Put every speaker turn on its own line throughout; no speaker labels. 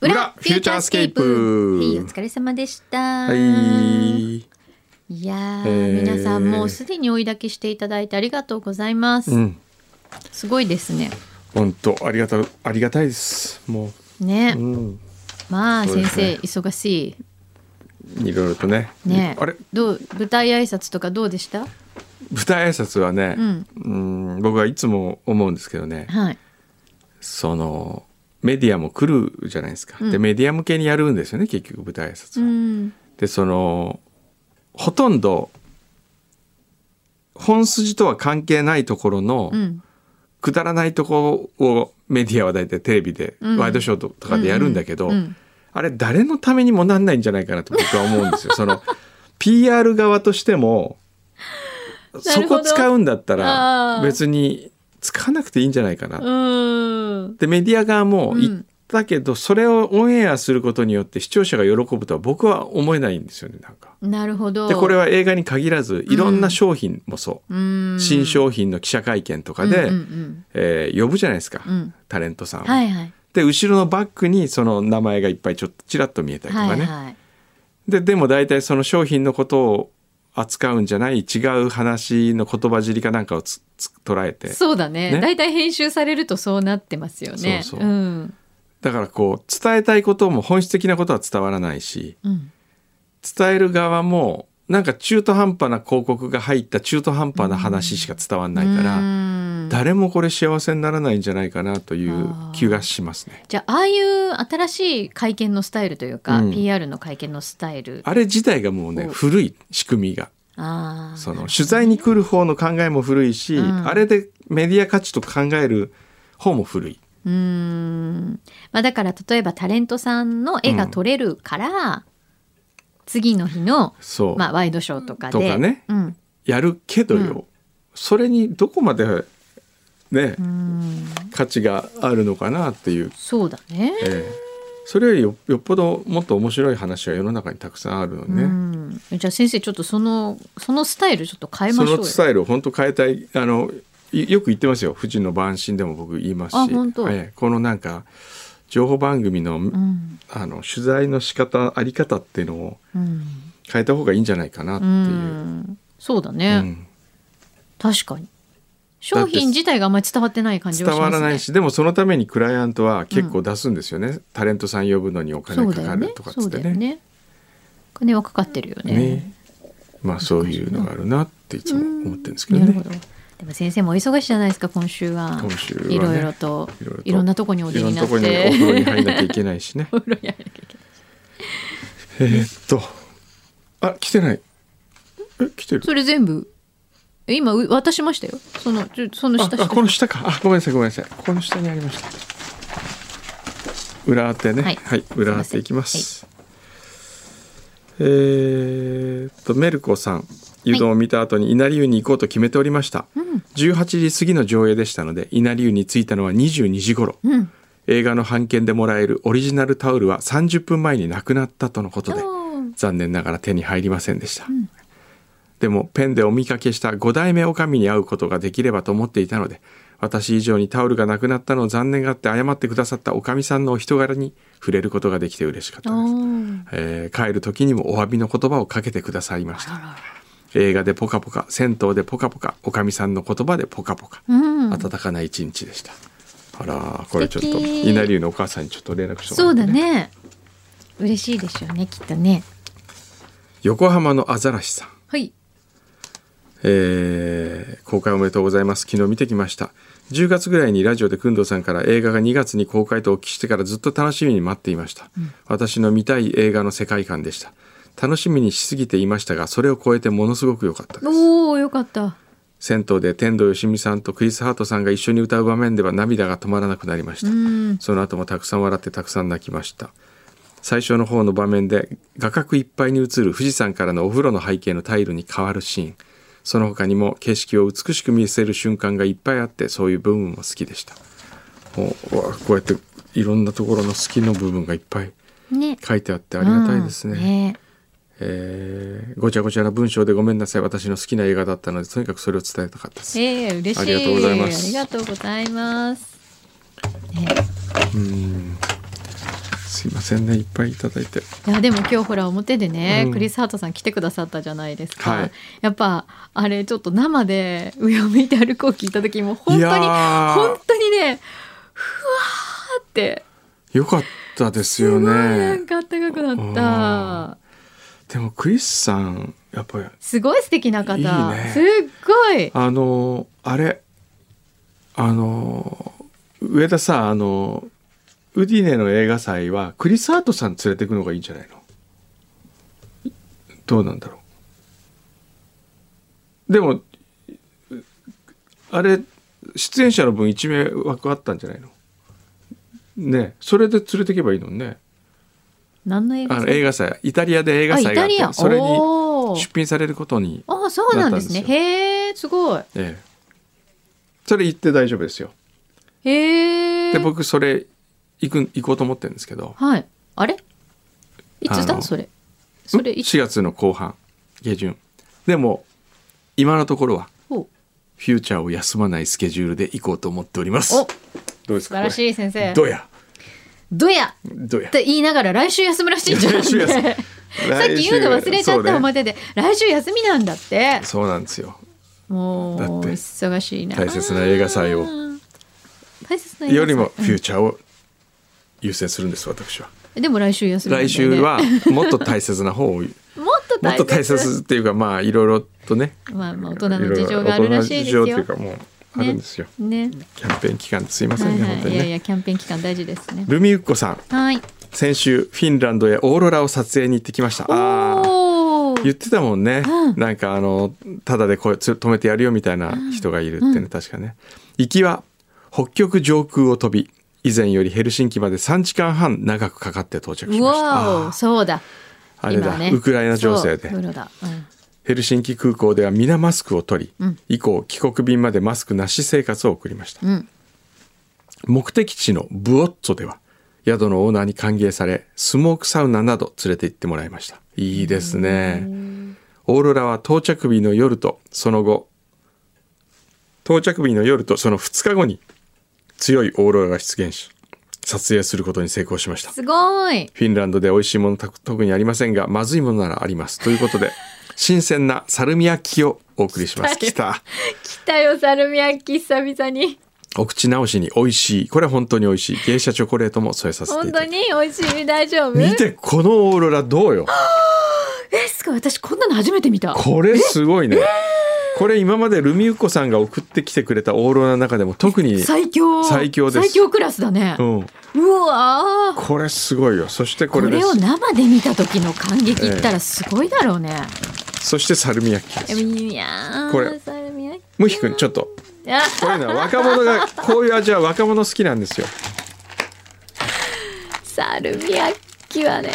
フューチャースケープ
はいお疲れ様でした。
はい。
いやー、
えー
皆さんもうすでに追い炊きしていただいてありがとうございます。
うん。
すごいですね。
本当ありがたありがたいです。も
ね、
う、うん、
まあ
そうで
先
すね
生、忙し
いろいろとね。
い。ね、
あれ
どう舞台挨拶とかどうでした？
舞台挨拶はね、
うん
うん、僕はいつも思うんですけどね。
はい。
そのメディアも来るじゃないですか。
うん
でメディア向けにやるんですよね結局舞台挨
う
拶は。
ん。
でそのほとんど本筋とは関係ないところの、
うん。
くだらないとこをメディアは大体テレビで、
うん
ワイドショーとかでやるんだけど、
うんうん
あれ誰のためにもなんないんじゃないかなと僕は思うんです よ。その PR 側としても
な
そ
るほ
こ
ど
使うんだったら
あー
別に使わなくていいんじゃないかな。
うん。
でメディア側も言ったけど、それをオンエアすることによって視聴者が喜ぶとは僕は思えないんですよねなんか。
なるほど。
でこれは映画に限らずいろんな商品もそう、
うん
新商品の記者会見とかで、
うんうん
えー呼ぶじゃないですか、
うんうん
タレントさんを。
はいはい。
で後ろのバッグにその名前がいっぱいちょっとちらっと見えたりとか
は
ね、
いはい。
ででも大体その商品のことを扱うんじゃない違う話の言葉尻かなんかをつつ捉えて
そうだね
ね
だいたい編集されるとそうなってますよね。
そうそうんだからこう伝えたいことも本質的なことは伝わらないし
うん
伝える側もなんか中途半端な広告が入った中途半端な話しか伝わんないから、
うん
誰もこれ幸せにならないんじゃないかなという
あー
気がしますね。
じゃあああいう新しい会見のスタイルというか、
うん
PR の会見のスタイル
あれ自体がもうね
お
古い仕組みが
あー
その取材に来る方の考えも古いし、
うん
あれでメディア価値と考える方も古い。
うーん、まあ、だから例えばタレントさんの絵が撮れるから、次の日の、
そう、
まあ、ワイドショーとかで
とかね
うん、
やるけどよ、
うん
それにどこまでね
うーん
価値があるのかなっていう、
そうだね。
ええそれよりよよっぽどもっと面白い話は世の中にたくさんあるのに
う
ね。
ん、じゃあ先生ちょっとそのそのスタイルちょっと変え
そ
ましょう
の
よ。
スタイルを本当変えたいあのいよく言ってますよ「富士の晩神」でも僕言います
あ
し
本当
ええこのなんか情報番組の,、
うん
あの取材の仕方あり方っていうのを
うん
変えた方がいいんじゃないかなって
う
いう。
ん、そうだね、
うん
確かに商品自体があんまり伝わってない感じ
伝
はしますね
わらないし、でもそのためにクライアントは結構出すんですよね、タレントさん呼ぶのにお
そ
金
う
か
だ
か
よね
るとかっ
そ
つっ
うだ
て
よ
ね
ね金はかかってるよね
ねまあそういうのがあるなっていつも思ってるんですけど
なるほ
ね
どでも先生もお忙しいじゃないですか今週は
今週はね
いろいろと
いろいろと
いろんなとこにお
い
出
ろん
に
な
な
と
っ
ころにお風呂に入
て
らなきゃいけない しね
お風呂に入らなきゃいけない
えーっとあ来てないえ来て る
それ全部え今う渡しましたよそのちょその
あ
下
あこ
下
の下かあごめんなさいごめんなさいここの下にありました裏当てねは
はいい、
裏当ていきますえーっとメルコさん湯道を見た後に稲荷湯に行こうと決めておりました、
ん
18時過ぎの上映でしたので稲荷湯に着いたのは22時頃、
うん
映画の版権でもらえるオリジナルタオルは30分前になくなったとのことで
おー
残念ながら手に入りませんでした、でもペンでお見かけした五代目女将に会うことができればと思っていたので私以上にタオルがなくなったのを残念がって謝ってくださった女将さんのお人柄に触れることができて嬉しかったです、
あ
えー帰る時にもお詫びの言葉をかけてくださいまし
らら
た
ら
映画でポカポカ銭湯でポカポカ女将さんの言葉でポカポカ、
ーうん
温かな一日でしたあらーこれちょっと
素敵
稲荷のお母さんにちょっと連絡して
そ
も
うだ
らって
ね嬉しいでしょうねきっとね
横浜のアザラシさん
はい
えー公開おめでとうございます昨日見てきました10月ぐらいにラジオで工藤さんから映画が2月に公開とお聞きしてからずっと楽しみに待っていました、私の見たい映画の世界観でした楽しみにしすぎていましたがそれを超えてものすごく良かったです
おおよかった
銭湯で天童よしみさんとクリス・ハートさんが一緒に歌う場面では涙が止まらなくなりました、
うん
その後もたくさん笑ってたくさん泣きました最初の方の場面で画角いっぱいに映る富士山からのお風呂の背景のタイルに変わるシーンその他にも景色を美しく見せる瞬間がいっぱいあってそういう部分も好きでしたおうわこうやっていろんなところの好きの部分がいっぱい
ね
書いてあってありがたいですね,、
うんね
えーごちゃごちゃな文章でごめんなさい私の好きな映画だったのでとにかくそれを伝えたかったです
ええ嬉しい。
ありがとうございます
ありがとうございます。ね、
すいませんねいっぱいいただいて
いやでも今日ほら表でね、
うん
クリス・ハートさん来てくださったじゃないですか、
はい
やっぱあれちょっと生で上を向いて歩こう聞いた時も本
い
当
や
に
ー
本当にねふわーって
よかったです
すご
よ
いな
ね
んかあったかくなった
でもクリスさんやっぱり
すごい素敵な方
いいね
すっごい
あのあれあの上田さんあのウディネの映画祭はクリス・ハートさん連れてくのがいいんじゃないのどうなんだろうでもあれ出演者の分1名枠あったんじゃないのねえそれで連れてけばいいのにね
何の映
あ
画
の映画祭イタリアで映画祭があっ
イタリア
てそれに
おー
出品されることに
あそうなんです
だ
ね
ったんですよ
へえすごい
ええ、それ行って大丈夫ですよ。
へえ
で僕それ行く行こうと思ってるんですけど
はいあれいつ
あ
だ
の
それそれいつ
4月の後半下旬でも今のところは
お
フューチャーを休まないスケジュールで行こうと思っております。
お
どうです
素
か
晴らし
こ
い先
れ
生
どや
どや
どや
って言いながら来週休むらしいんじゃない
来週休 む
さっき言うの忘れちゃ
そ
っ
うね
た表で、来週休みなんだって
そうなんですよ。
もう
だって
忙しいな
大切な映画祭を
あー大切な映画祭
よりもフューチャーを優先するんです私は。
でも来週休みなんだよ
来
ね
週はもっと大切な方 を
もっと
もっ
大
と
切
大切っていうかまあいろいろとね
まあまあ大人の事情があるらしいです
大人の事情っていう
よ
かもうあるんですよ、
ね
キャンペーン期間すいませ
は
ん
い
ね、
は
本当
いい
に
や
ね
いやキャンペーン期間大事ですね
ルミウッコさん
はい
先週フィンランドへオーロラを撮影に行ってきましたああ
おお
言ってたもんね、
うん
なんかあのただでこうつ止めてやるよみたいな人がいるってね、確かね行きは北極上空を飛び以前よりヘルシンキまで3時間半長くかかって到着し
う
ました
わ
あ
お
ー
そうだ
あれだ、
今ね
ウクライナ情勢で
そうウクライナだうん
ヘルシンキ空港では皆マスクを取り、
うん
以降帰国便までマスクなし生活を送りました、
うん
目的地のブオッツォでは宿のオーナーに歓迎されスモークサウナなど連れて行ってもらいましたいいですねオーロラは到着日の夜とその後到着日の夜とその2日後に強いオーロラが出現し撮影することに成功しました
すごい
フィンランドで美味しいものた特にありませんが、まずいものならあります。ということで、 新鮮なサルミアッキをお送りします。来
来
た。
来たよサルミアッキ久々に
お口直しに美味しい。これは本当に美味しい。芸者チョコレートも添えさせていた
本当
だいて。
に美味しい大丈夫
見て、このオーロラどうよ。
えすごい私こんなの初めて見た
これすごいね。これ今までルミウコさんが送ってきてくれたオーロラの中でも特に、
最強
最強です
最強クラスだね
う、ん、
うわー
これすごいよ。そして
こ
これ
れ
です
を。生で見た時の感激ったらすごいだろうね、
そしてサルミアッキですよ。
いやー
これ
サルミアッキ
ムヒ君、ちょっと。
あ
こういうのは若者が、こういう味は若者好きなんですよ。
サルミアッキはね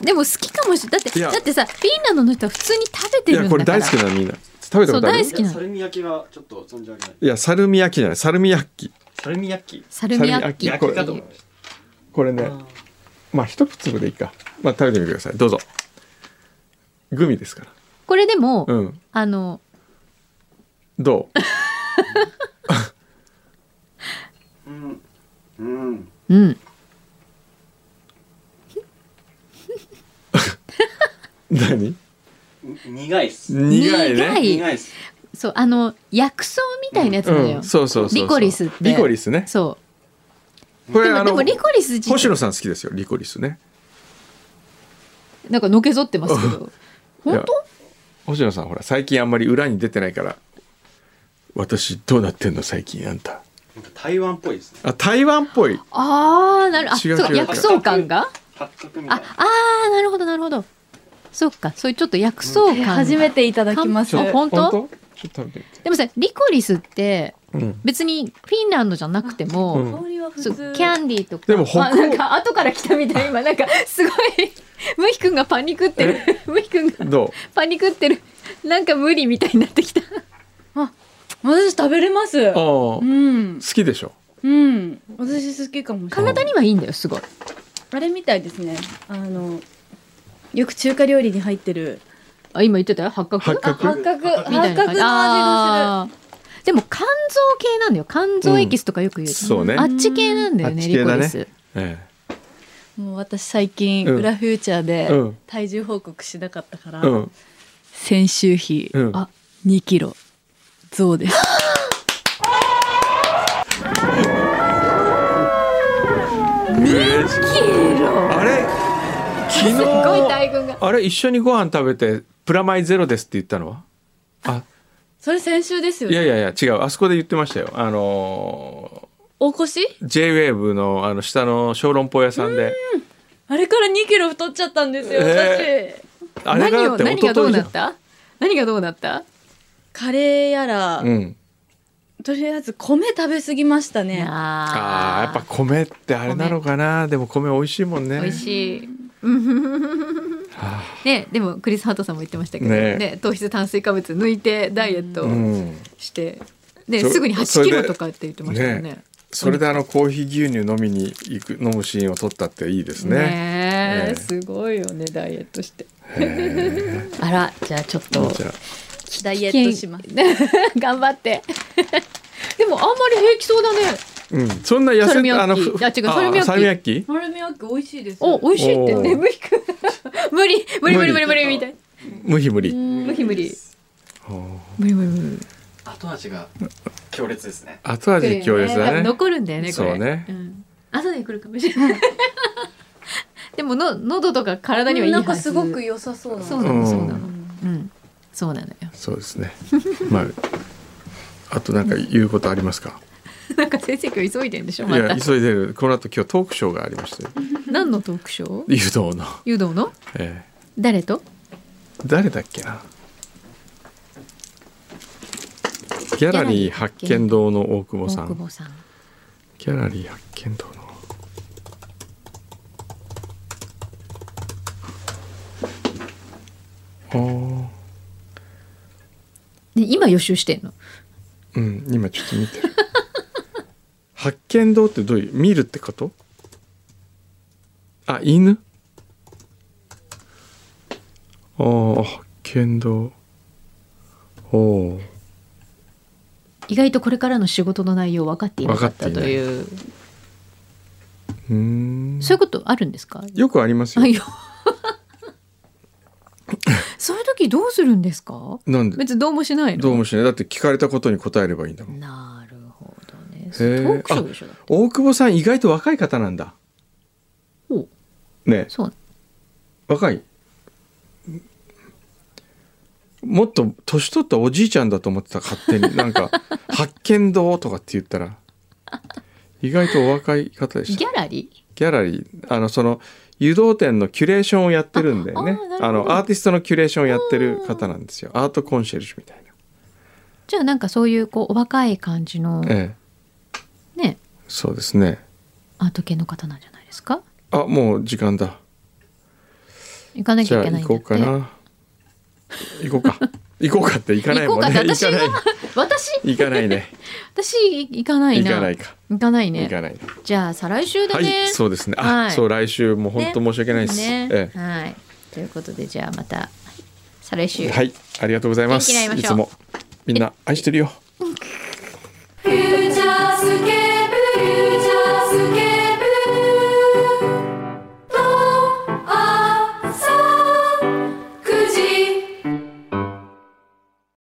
でも好きかもしれないだっ
い
て
や
だってさフィンランドの人は普通に食べて
い
るん
や、
だ
こ
から
れ大好きなのみんな。食べたことある
そう大好きなの
サルミ焼きがちょっと存じ上げない。
いや、サルミ焼きじゃない、サルミ焼き。
サルミ焼き
サルミアッキ
サ
っ
ル
て
ミ
い
アッキこれ
う
これね、まあ一粒でいいか。まあ食べてみてください。どうぞ。グミですか
これでも、
ら。うん。
あの
どう
うん。うん。
うん
何
に苦いっす。
苦い
苦
ね。
い
苦いっす。
そうあの薬草みたいなやつなのよ、
うん、そうそうそうそう。
リコリスって
リコリスね。
そう
これ
でも
あ
で
の
も、リコリス自体
星野さん好きですよ、リコリスね。
なんかのけぞってますけど本
いや星野さんほら、最近あんまり裏に出てないから、私どうなってんの最近あんた。
なんか台湾っぽいですね。
あ、台湾っぽい。
当ああなるあ
違う
そうか
違う
薬草感が
八角み
あ
たいな。
あーなるほどなるほどそっかそういうちょっと薬草感が、
初めていただきまし
ちょ
た
っと
あ本当
ちょっと食べて
でもさリコリスって
みて。うん。
別にフィンランドじゃなくて
う
も、
ん
香りは普
そう
通
キャンディーとか
でも北欧
あなんか後から来たみたい今なんかすごいムヒ君がパニクってるムヒ君が
どう
パニクってるなんか無理みたいになってきた
私食べれます
ああ、
う
好
ん
きでしょ。
うん私好きかもしれない
体にはいいんだよすごい
あれみたいですねあのよく中華料理に入ってる
あ今言ってたよ八角
八角
八角八
みたいな
角の味がす
すでも肝臓系なんだよ肝臓エキスとかよく言う、
うんそうね
あっち系なんだよ
あっ
ね
ち
リ
系
コ
だね
リス、
え
もう私最近、
うん
裏フューチャーで
うん
体重報告しなかったから、
えうん
先週比、
うん
あ2キロ増です
す
あれ昨
っごい
日
大群が
あれ一緒にご飯食べてプラマイゼロですって言ったのはあ
それ先週ですよ
いや
ね
いやいや違うあそこで言ってましたよあの
大腰
ー JWAVE のあの下の小籠包屋さんで
あれから2キロ太っちゃったんですよ、
えあれ
何
がだっ
を
て
何
一
がど
昨
う
日じ
な
ゃ
っ
ん
た何がどうなった、
私カレーやら、
うん
とりあえず米食べ過ぎましたね
あーやっぱ米ってあれなのかなでも米美味しいもんね
美味しい。ね、でもクリス・ハートさんも言ってましたけど、
ね
ね糖質炭水化物抜いてダイエット
うん
して、ね、
そ
すぐに
そ
8
れ
キ
で
ロとかって言ってましたよね。
それであのコーヒー牛乳飲みに行く飲むシーンを撮ったっていいですね
ねえ
ね
すごいよねダイエットして。
へ
あらじゃあちょっ
ー
と
じゃあ
ダイエットします
頑張って。でもあんまり平気そうだね。
うんそんな痩
サルミ
せ
アッキ
あのふ
いや違う
あ
サルミアッキ
サルミアッキ
マルミアック美味しいです
お美味しいって
おー
眠いく 無理無理無理無理無理みたい
無理無理
な無理無理
ほ
無理無理無理。
後味が強烈ですね。
う後味強烈だね
残るんだよねこれ
そうね
ん、後で来るかもしれ ないでもの喉とか体にはいいは
なん
ず
かすごく良さそうな
そうなのそうな
う
のうんそうなのよ
そうですねまああとなんか言うことありますか
なんか先生今日急いでんでしょ
い
また
や急いでるこの後今日トークショーがありまして
何のトークショー
誘導の、
誘導の
え
誰と
え誰だっけなギャラリー発見堂の大久
大
保さ
久
ん
保さん
ギャラリー発見堂のおー
で今予習してんの
うん今ちょっと見てる 発見堂ってどういう見るってことあ犬あー発見堂おー
意外とこれからの仕事の内容分かっていなかった
分か
と
っていない
いう
うーん
そういうことあるんですか
よくあります
あ
よ
いや そういう時どうするんですか
なんで
別にどうもしないの
どうもしないだって聞かれたことに答えればいいんだもん
なるほどね。ト
ー
ークショーでしょ。
大久保さん意外と若い方なんだ
おう
ね
そう。
若いもっと年取ったおじいちゃんだと思ってた勝 手になんか「発見堂」とかって言ったら意外とお若い方でし
ギ
た
ャラリー。
ギャラリーあのその湯道店のキュレーションをやってるんだよね
ああーなるほど
あのアーティストのキュレーションをやってる方なんですよアートコンシェルジュみたいな、
じゃあなんかそういうこうお若い感じの
ええ、
ね
そうですね
アート系の方なんじゃないですか。
あもう時間だ
行かなき
じ
ゃい
ゃあ
けないん
行
だ
こ
っ
う
て。
かな行こうか行こうかって行かないもんね
行こうかって私が
ない
私
行かないね
私行か ない
行
な。
かないか
行かない
行か
ね。
ないね
じゃあ再来週だね。
はい、そうですね。あ、
はい
そう来週も本当申し訳ないです。
ね
え
はい。ということでじゃあまた再来週。
えはい、ありがとうございます。
元気になりましょう
いつもみんな愛してるよ。